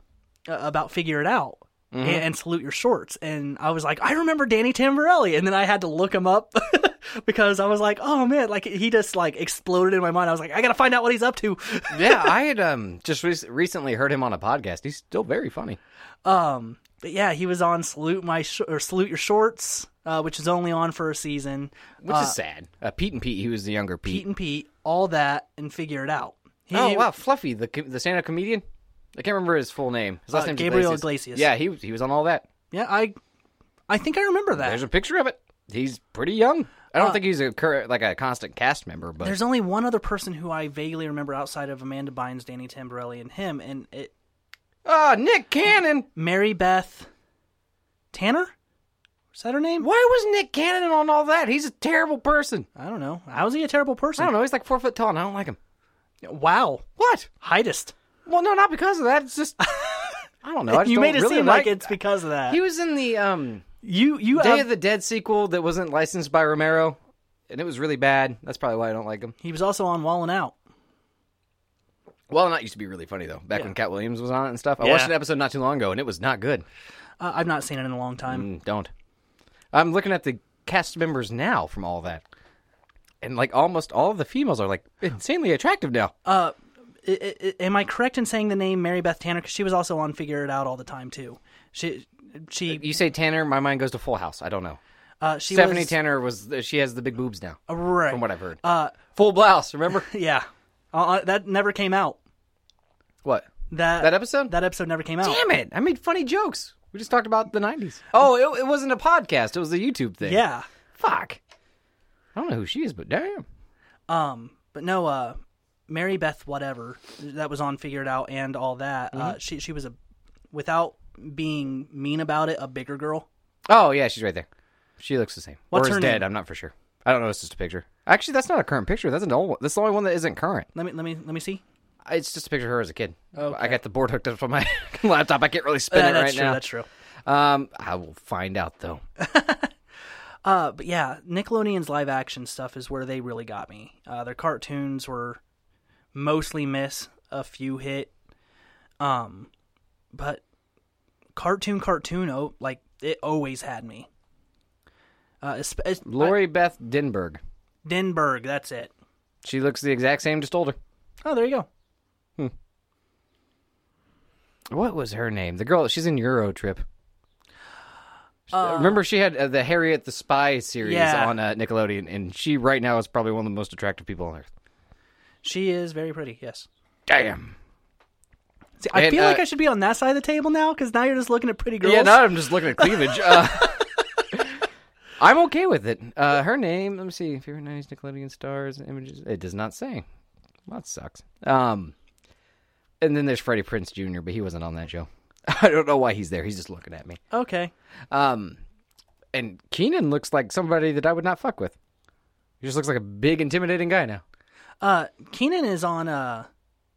Speaker 1: uh, about figure it out and,
Speaker 2: Mm-hmm.
Speaker 1: and salute your shorts, and I was like, I remember Danny Tamborelli, and then I had to look him up because I was like, oh man, like he just like exploded in my mind. I was like, I gotta find out what he's up to.
Speaker 2: yeah, I had um just re- recently heard him on a podcast. He's still very funny.
Speaker 1: Um, but yeah, he was on salute my Sh- or salute your shorts, uh, which is only on for a season.
Speaker 2: Which is sad. Uh, Pete and Pete, he was the younger Pete.
Speaker 1: Pete and Pete, all that, and figure it out. He,
Speaker 2: oh, wow. Fluffy, the, co- the stand up comedian. I can't remember his full name. His last
Speaker 1: Uh,
Speaker 2: name
Speaker 1: Gabriel Iglesias.
Speaker 2: Yeah, he, he was on all that.
Speaker 1: Yeah, I, I think I remember that.
Speaker 2: There's a picture of it. He's pretty young. I don't think he's a current, like a constant cast member, but
Speaker 1: uh, There's only one other person who I vaguely remember outside of Amanda Bynes, Danny Tamborelli, and him, and it,
Speaker 2: oh, Nick Cannon.
Speaker 1: Mary Beth Tanner. Is that her name?
Speaker 2: Why was Nick Cannon on all that? He's a terrible person.
Speaker 1: I don't know. How is he a terrible
Speaker 2: I
Speaker 1: person?
Speaker 2: don't know. He's like four foot tall, and I don't like him.
Speaker 1: Wow,
Speaker 2: What?
Speaker 1: heightest.
Speaker 2: Well, no, not because of that. It's just I don't know. I just
Speaker 1: you
Speaker 2: don't
Speaker 1: made it
Speaker 2: really
Speaker 1: seem
Speaker 2: like,
Speaker 1: like, it's uh, because of that.
Speaker 2: He was in the um
Speaker 1: you you
Speaker 2: Day
Speaker 1: have,
Speaker 2: of the Dead sequel that wasn't licensed by Romero, and it was really bad. That's probably why I don't like him.
Speaker 1: he was also on Wallin' Out.
Speaker 2: Well, not used to be really funny though. Back when Cat Williams was on it and stuff. I
Speaker 1: Yeah.
Speaker 2: watched an episode not too long ago, and it was not good.
Speaker 1: Uh, I've not seen it in a long time.
Speaker 2: Mm, don't. I'm looking at the cast members now from all that. And like almost all of the females are like insanely attractive now.
Speaker 1: Uh, I- I- I- am I correct in saying the name Mary Beth Tanner? Because she was also on Figure It Out all the time too. She she
Speaker 2: you say Tanner, my mind goes to Full House. I don't know.
Speaker 1: uh, she
Speaker 2: Stephanie
Speaker 1: was, Uh,
Speaker 2: Tanner was she has the big boobs now,
Speaker 1: right.
Speaker 2: from what I've heard.
Speaker 1: Uh,
Speaker 2: Full blouse, remember?
Speaker 1: yeah, uh, uh, that never came out.
Speaker 2: what?
Speaker 1: That
Speaker 2: That episode?
Speaker 1: that episode never came out.
Speaker 2: Damn it! I made funny jokes. We just talked about the '90s. Oh, it, it wasn't a podcast. It was a YouTube thing.
Speaker 1: Yeah.
Speaker 2: Fuck. I don't know who she is, but damn.
Speaker 1: Um. But no. Uh. Mary Beth, whatever that was on, figured out and all that.
Speaker 2: Mm-hmm.
Speaker 1: Uh, she she was a, without being mean about it, a bigger girl.
Speaker 2: Oh yeah, she's right there. She looks the same.
Speaker 1: What's
Speaker 2: or is
Speaker 1: her
Speaker 2: dead?
Speaker 1: name?
Speaker 2: I'm not for sure. I don't know. It's just a picture. Actually, that's not a current picture. That's an old. One. That's the only one that isn't current.
Speaker 1: Let me let me let me see.
Speaker 2: It's just a picture of her as a kid. I
Speaker 1: Okay.
Speaker 2: got the board hooked up on my laptop. I can't really spin
Speaker 1: Yeah,
Speaker 2: it
Speaker 1: that's
Speaker 2: right
Speaker 1: true.
Speaker 2: now.
Speaker 1: That's true.
Speaker 2: Um, I will find out though.
Speaker 1: Uh, but yeah, Nickelodeon's live action stuff is where they really got me. Uh, their cartoons were mostly miss, a few hit. Um, but cartoon, cartoon, oh, like it always had me. Uh, esp- es-
Speaker 2: Lori Beth Denberg.
Speaker 1: Denberg, that's it.
Speaker 2: She looks the exact same, just older.
Speaker 1: Oh, there you go.
Speaker 2: What was her name? The girl. She's in Euro Trip. Remember, she had uh, the Harriet the Spy series
Speaker 1: Yeah.
Speaker 2: on uh, Nickelodeon, and she right now is probably one of the most attractive people on earth.
Speaker 1: She is very pretty. Yes.
Speaker 2: Damn.
Speaker 1: See, I
Speaker 2: And,
Speaker 1: feel
Speaker 2: uh,
Speaker 1: like I should be on that side of the table now because now you're just looking at pretty girls.
Speaker 2: Yeah, now I'm just looking at cleavage. Uh, I'm okay with it. Uh, her name, let me see, favorite 90s Nickelodeon stars, images. It does not say. Well, that sucks. Um, and then there's Freddie Prince Jr., but he wasn't on that show. I don't know why he's there. He's just looking at me.
Speaker 1: Okay.
Speaker 2: Um, and Keenan looks like somebody that I would not fuck with. He just looks like a big, intimidating guy now.
Speaker 1: Uh, Keenan is on uh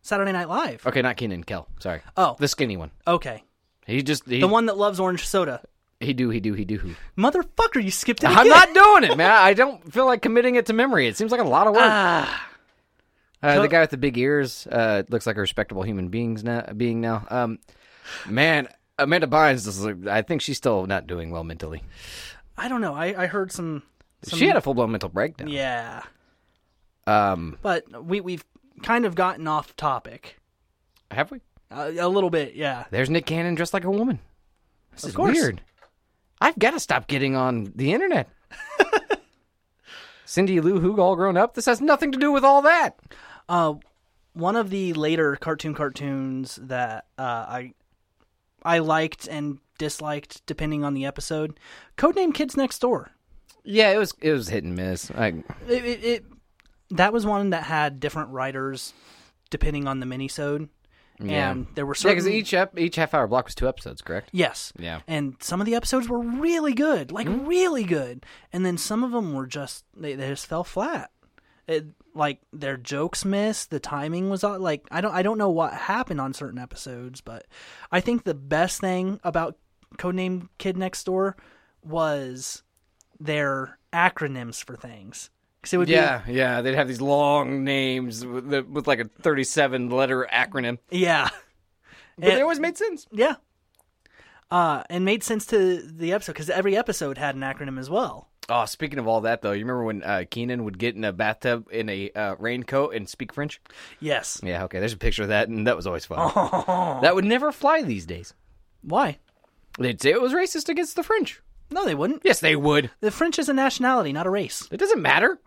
Speaker 1: Saturday Night Live.
Speaker 2: Okay, not Keenan, Kel. Sorry.
Speaker 1: Oh.
Speaker 2: the skinny one.
Speaker 1: Okay.
Speaker 2: He just he,
Speaker 1: The one that loves orange soda.
Speaker 2: he do he do he do who.
Speaker 1: Motherfucker, you skipped it
Speaker 2: I'm
Speaker 1: again.
Speaker 2: not doing it, man. I don't feel like committing it to memory. It seems like a lot of work.
Speaker 1: Ah.
Speaker 2: Uh, the guy with the big ears uh, looks like a respectable human beings now, being now. Um, man, Amanda Bynes, is, like- I think she's still not doing well mentally.
Speaker 1: I don't know. I, I heard some, some.
Speaker 2: She had a full blown mental breakdown.
Speaker 1: Yeah,
Speaker 2: Um,
Speaker 1: but we we've kind of gotten off topic
Speaker 2: have we?
Speaker 1: uh, a little bit. Yeah.
Speaker 2: There's Nick Cannon dressed like a woman. This is
Speaker 1: course.
Speaker 2: weird. I've got to stop getting on the internet. Cindy Lou Hoog all grown up. This has nothing to do with all that.
Speaker 1: Uh, one of the later cartoon cartoons that uh, I I liked and disliked depending on the episode. Codename Kids Next Door.
Speaker 2: Yeah, it was it was hit and miss. I,
Speaker 1: It, it, it that was one that had different writers depending on the minisode.
Speaker 2: Yeah.
Speaker 1: And there were
Speaker 2: Yeah,
Speaker 1: certain
Speaker 2: because each ep- each half hour block was two episodes, correct?
Speaker 1: Yes.
Speaker 2: Yeah. Mm-hmm.
Speaker 1: And some of the episodes were really good, like really good. And then some of them were just they, they just fell flat. It, like their jokes missed, the timing was off. Like I don't I don't know what happened on certain episodes, but I think the best thing about Codename Kid Next Door was their acronyms for things. Cause it would
Speaker 2: Yeah, yeah. They'd have these long names with, the, with like a thirty-seven letter acronym,
Speaker 1: be yeah.
Speaker 2: but
Speaker 1: And-
Speaker 2: they always made sense.
Speaker 1: Yeah. Uh, and made sense to the episode because every episode had an acronym as well.
Speaker 2: Oh, speaking of all that, though, you remember when uh, Keenan would get in a bathtub in a uh, raincoat and speak French?
Speaker 1: Yes.
Speaker 2: Yeah, okay. There's a picture of that, and that was always fun. That would never fly these days.
Speaker 1: Why?
Speaker 2: They'd say it was racist against the French.
Speaker 1: No, they wouldn't.
Speaker 2: Yes, they would.
Speaker 1: The French is a nationality, not a race.
Speaker 2: It doesn't matter.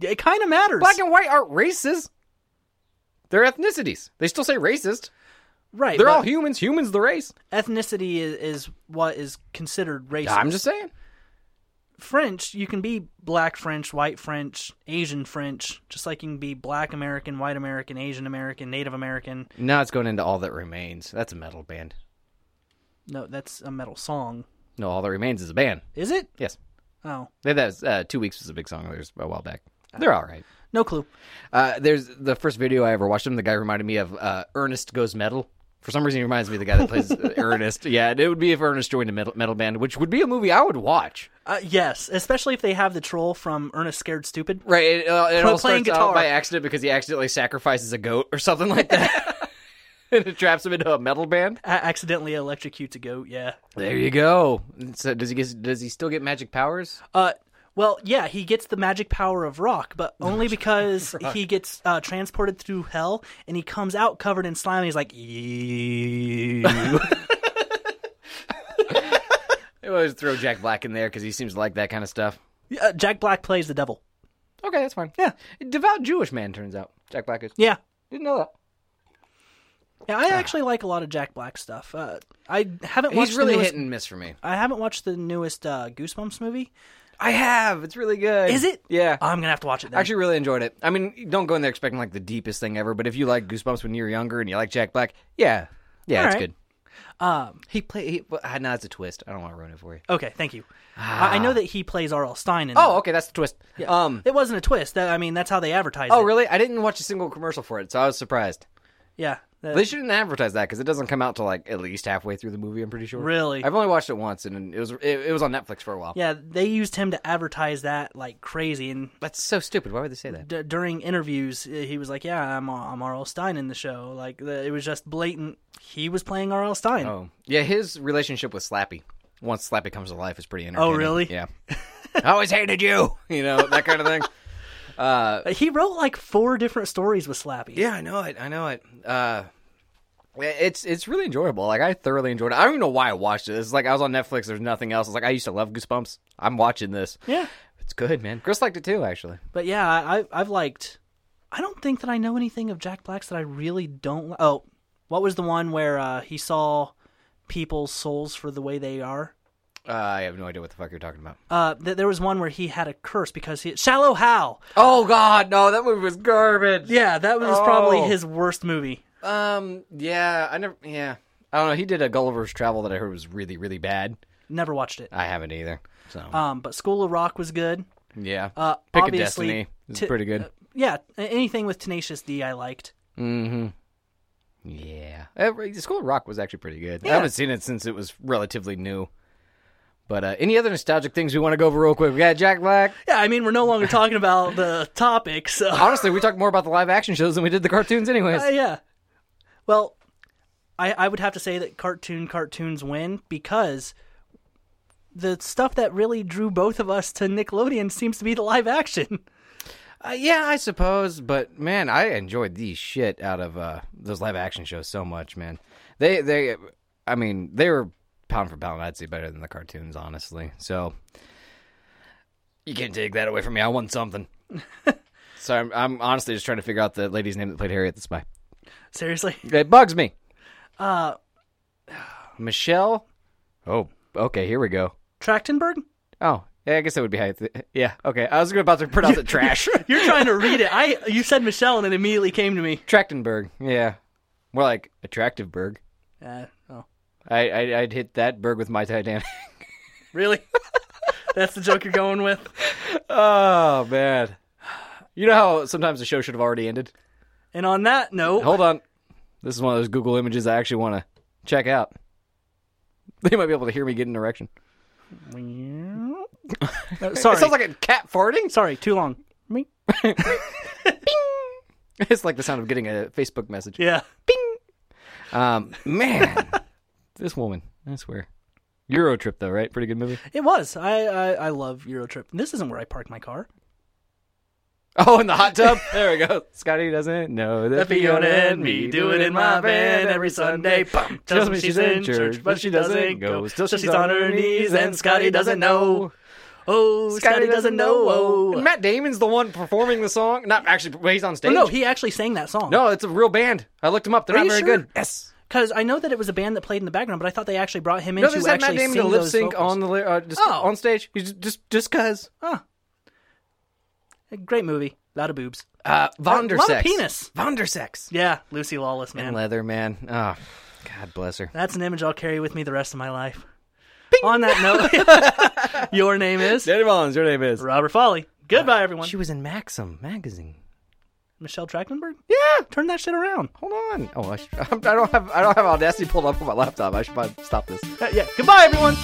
Speaker 1: It kind of matters.
Speaker 2: Black and white aren't races. They're ethnicities. They still say racist.
Speaker 1: right.
Speaker 2: They're
Speaker 1: but
Speaker 2: all humans. Humans the race.
Speaker 1: ethnicity is, is what is considered racist.
Speaker 2: I'm just saying.
Speaker 1: French, you can be black French, white French, Asian French, just like you can be black American, white American, Asian American, Native American.
Speaker 2: Now it's going into All That Remains. That's a metal band.
Speaker 1: No, that's a metal song.
Speaker 2: No, All That Remains is a band.
Speaker 1: Is it?
Speaker 2: Yes.
Speaker 1: Oh,
Speaker 2: They had that uh, two weeks was a big song. There's a while back. They're all right.
Speaker 1: no clue.
Speaker 2: Oh. Uh, there's the first video I ever watched him. The guy reminded me of uh, Ernest Goes Metal. For some reason, he reminds me of the guy that plays uh, Ernest. Yeah, it would be if Ernest joined a metal, metal band, which would be a movie I would watch.
Speaker 1: Uh, yes, especially if they have the troll from Ernest Scared Stupid.
Speaker 2: Right, it, uh, it all
Speaker 1: playing
Speaker 2: starts out
Speaker 1: guitar.
Speaker 2: by accident because he accidentally sacrifices a goat or something like that, and it traps him into a metal band.
Speaker 1: A- accidentally electrocutes a goat. Yeah.
Speaker 2: There you go. So does he get, does he still get magic powers?
Speaker 1: Uh, well, yeah, he gets the magic power of rock, but only because he gets uh, transported through hell and he comes out covered in slime. And he's like, "Ew."
Speaker 2: They always throw Jack Black in there because he seems to like that kind of stuff.
Speaker 1: uh, Jack Black plays the devil.
Speaker 2: Okay, that's fine.
Speaker 1: Yeah,
Speaker 2: devout Jewish man turns out Jack Black is.
Speaker 1: yeah,
Speaker 2: Didn't know that.
Speaker 1: yeah. I actually like a lot of Jack Black stuff. Uh, I haven't watched.
Speaker 2: Ah. He's really
Speaker 1: the newest,
Speaker 2: hit and miss for me.
Speaker 1: I haven't watched the newest uh, Goosebumps movie.
Speaker 2: I have. It's really good.
Speaker 1: Is it? Uh,
Speaker 2: Yeah.
Speaker 1: I'm gonna have to watch it. Then.
Speaker 2: Actually, really enjoyed it. I mean, don't go in there expecting like the deepest thing ever, but if you like Goosebumps when you were younger and you like Jack Black, yeah, yeah,
Speaker 1: All
Speaker 2: it's
Speaker 1: right.
Speaker 2: good.
Speaker 1: Um,
Speaker 2: He play. He, well, ah, no, that's a twist. I don't want to ruin it for you.
Speaker 1: okay, thank you. I, I know that he plays R.L. Stein in
Speaker 2: Ah. Oh, okay, that's the twist.
Speaker 1: that.
Speaker 2: Um.
Speaker 1: it wasn't a twist. That, I mean, that's how they advertise
Speaker 2: Oh,
Speaker 1: it.
Speaker 2: really? I didn't watch a single commercial for it, so I was surprised.
Speaker 1: Yeah. that-
Speaker 2: They shouldn't advertise that because it doesn't come out till like at least halfway through the movie. I'm pretty sure.
Speaker 1: Really?
Speaker 2: I've only watched it once, and it was it, it was on Netflix for a while.
Speaker 1: yeah, they used him to advertise that like crazy. And
Speaker 2: That's so stupid. Why would they say that?
Speaker 1: d- during interviews, uh, he was like, "Yeah, I'm uh, I'm R.L. Stein in the show." Like the, it was just blatant. He was playing R.L. Stein.
Speaker 2: Oh, yeah. His relationship with Slappy, once Slappy comes to life, is pretty entertaining.
Speaker 1: really?
Speaker 2: Yeah. I always hated you. You know that kind of thing. Uh,
Speaker 1: Uh, He wrote like four different stories with Slappy.
Speaker 2: yeah, I know it. I know it. Uh, it's it's really enjoyable. Like I thoroughly enjoyed it. I don't even know why I watched it. It's like I was on Netflix. There's nothing else. It's like I used to love Goosebumps. I'm watching this.
Speaker 1: Yeah.
Speaker 2: It's good, man. Chris liked it too, actually.
Speaker 1: But yeah, I, I- I've liked. I don't think that I know anything of Jack Black's that I really don't. Li- oh, what was the one where uh, he saw people's souls for the way they are?
Speaker 2: Uh, I have no idea what the fuck you're talking about.
Speaker 1: Uh, th- there was one where he had a curse because he shallow Hal.
Speaker 2: Oh God, no! That movie was garbage.
Speaker 1: Yeah, that was probably
Speaker 2: Oh.
Speaker 1: his worst movie.
Speaker 2: Um. Yeah. I never. Yeah. I don't know. He did a Gulliver's Travel that I heard was really, really bad.
Speaker 1: Never watched it.
Speaker 2: I haven't either. So
Speaker 1: Um, but School of Rock was good.
Speaker 2: yeah,
Speaker 1: Uh,
Speaker 2: Pick a
Speaker 1: obviously,
Speaker 2: Destiny is
Speaker 1: t-
Speaker 2: pretty good.
Speaker 1: uh, yeah, a- anything with Tenacious D, I liked.
Speaker 2: mm-hmm. Yeah, Uh, the School of Rock was actually pretty good.
Speaker 1: Yeah.
Speaker 2: I haven't seen it since it was relatively new. But uh, any other nostalgic things we want to go over real quick? We got Jack Black.
Speaker 1: Yeah, I mean we're no longer talking about the topic, so
Speaker 2: Honestly, we talked more about the live action shows than we did the cartoons, anyways.
Speaker 1: Uh, yeah. Well, I I would have to say that cartoon cartoons win because the stuff that really drew both of us to Nickelodeon seems to be the live action.
Speaker 2: Uh, yeah, I suppose, but man, I enjoyed the shit out of uh, those live action shows so much, man. They they, I mean, they were pound for pound, I'd say better than the cartoons, honestly. So you can't take that away from me. I want something. so I'm, I'm honestly just trying to figure out the lady's name that played Harriet the Spy.
Speaker 1: Seriously.
Speaker 2: It bugs me,
Speaker 1: Uh
Speaker 2: Michelle. Oh, okay, here we go.
Speaker 1: Trachtenberg?
Speaker 2: Oh, yeah, I guess that would be how. you th- yeah, okay. I was about to pronounce it trash.
Speaker 1: You're trying to read it. I you said Michelle and it immediately came to me.
Speaker 2: Trachtenberg. Yeah, more like attractive Berg.
Speaker 1: Uh, oh.
Speaker 2: I, I I'd hit that bird with my Titanic.
Speaker 1: Really? That's the joke you're going with?
Speaker 2: oh man, you know how sometimes the show should have already ended.
Speaker 1: And on that note,
Speaker 2: Hold on, this is one of those Google images I actually want to check out. They might be able to hear me get an erection.
Speaker 1: Uh, sorry.
Speaker 2: It sounds like a cat farting.
Speaker 1: sorry, too long. Me?
Speaker 2: It's like the sound of getting a Facebook message.
Speaker 1: Yeah.
Speaker 2: Um, man, this woman, I swear. Euro Trip though, right? Pretty good movie.
Speaker 1: It was. I I, I love Eurotrip. This isn't where I parked my car.
Speaker 2: Oh, in the hot tub. there we go. Scotty doesn't know that
Speaker 1: Fiona and me do it in my van every Sunday. Bum, tells me she's in church, but she doesn't go. Still she's on her knees, and Scotty doesn't know. Oh, Scotty doesn't know.
Speaker 2: And
Speaker 1: Oh.
Speaker 2: Matt Damon's the one performing the song. Not actually, well, he's on stage.
Speaker 1: No, he actually sang that song.
Speaker 2: no, it's a real band. I looked him up. They're
Speaker 1: Are
Speaker 2: not
Speaker 1: you
Speaker 2: very
Speaker 1: sure?
Speaker 2: good. Yes.
Speaker 1: because I know that it was a band that played in the background, but I thought they actually brought him in
Speaker 2: No, they
Speaker 1: to
Speaker 2: just had Matt
Speaker 1: actually
Speaker 2: Damon
Speaker 1: sing
Speaker 2: to lip
Speaker 1: those
Speaker 2: sync
Speaker 1: vocals.
Speaker 2: on the li- uh, just
Speaker 1: Oh. Uh,
Speaker 2: on stage. He's just just just cause.
Speaker 1: Great movie, a lot of boobs,
Speaker 2: Uh, Vondersex.
Speaker 1: lot of penis.
Speaker 2: Vondersex.
Speaker 1: Yeah, Lucy Lawless, man.
Speaker 2: Leatherman. Oh, God bless her.
Speaker 1: That's an image I'll carry with me the rest of my life. On that note, your name is
Speaker 2: Danny Mullins, your name is.
Speaker 1: Robert Folly. Goodbye, everyone.
Speaker 2: She was in Maxim magazine.
Speaker 1: Michelle Trachtenberg.
Speaker 2: Yeah.
Speaker 1: Turn that shit around.
Speaker 2: Hold on. Oh, I, should, I don't have I don't have Audacity pulled up on my laptop. I should probably stop this.
Speaker 1: Uh, yeah. Goodbye, everyone.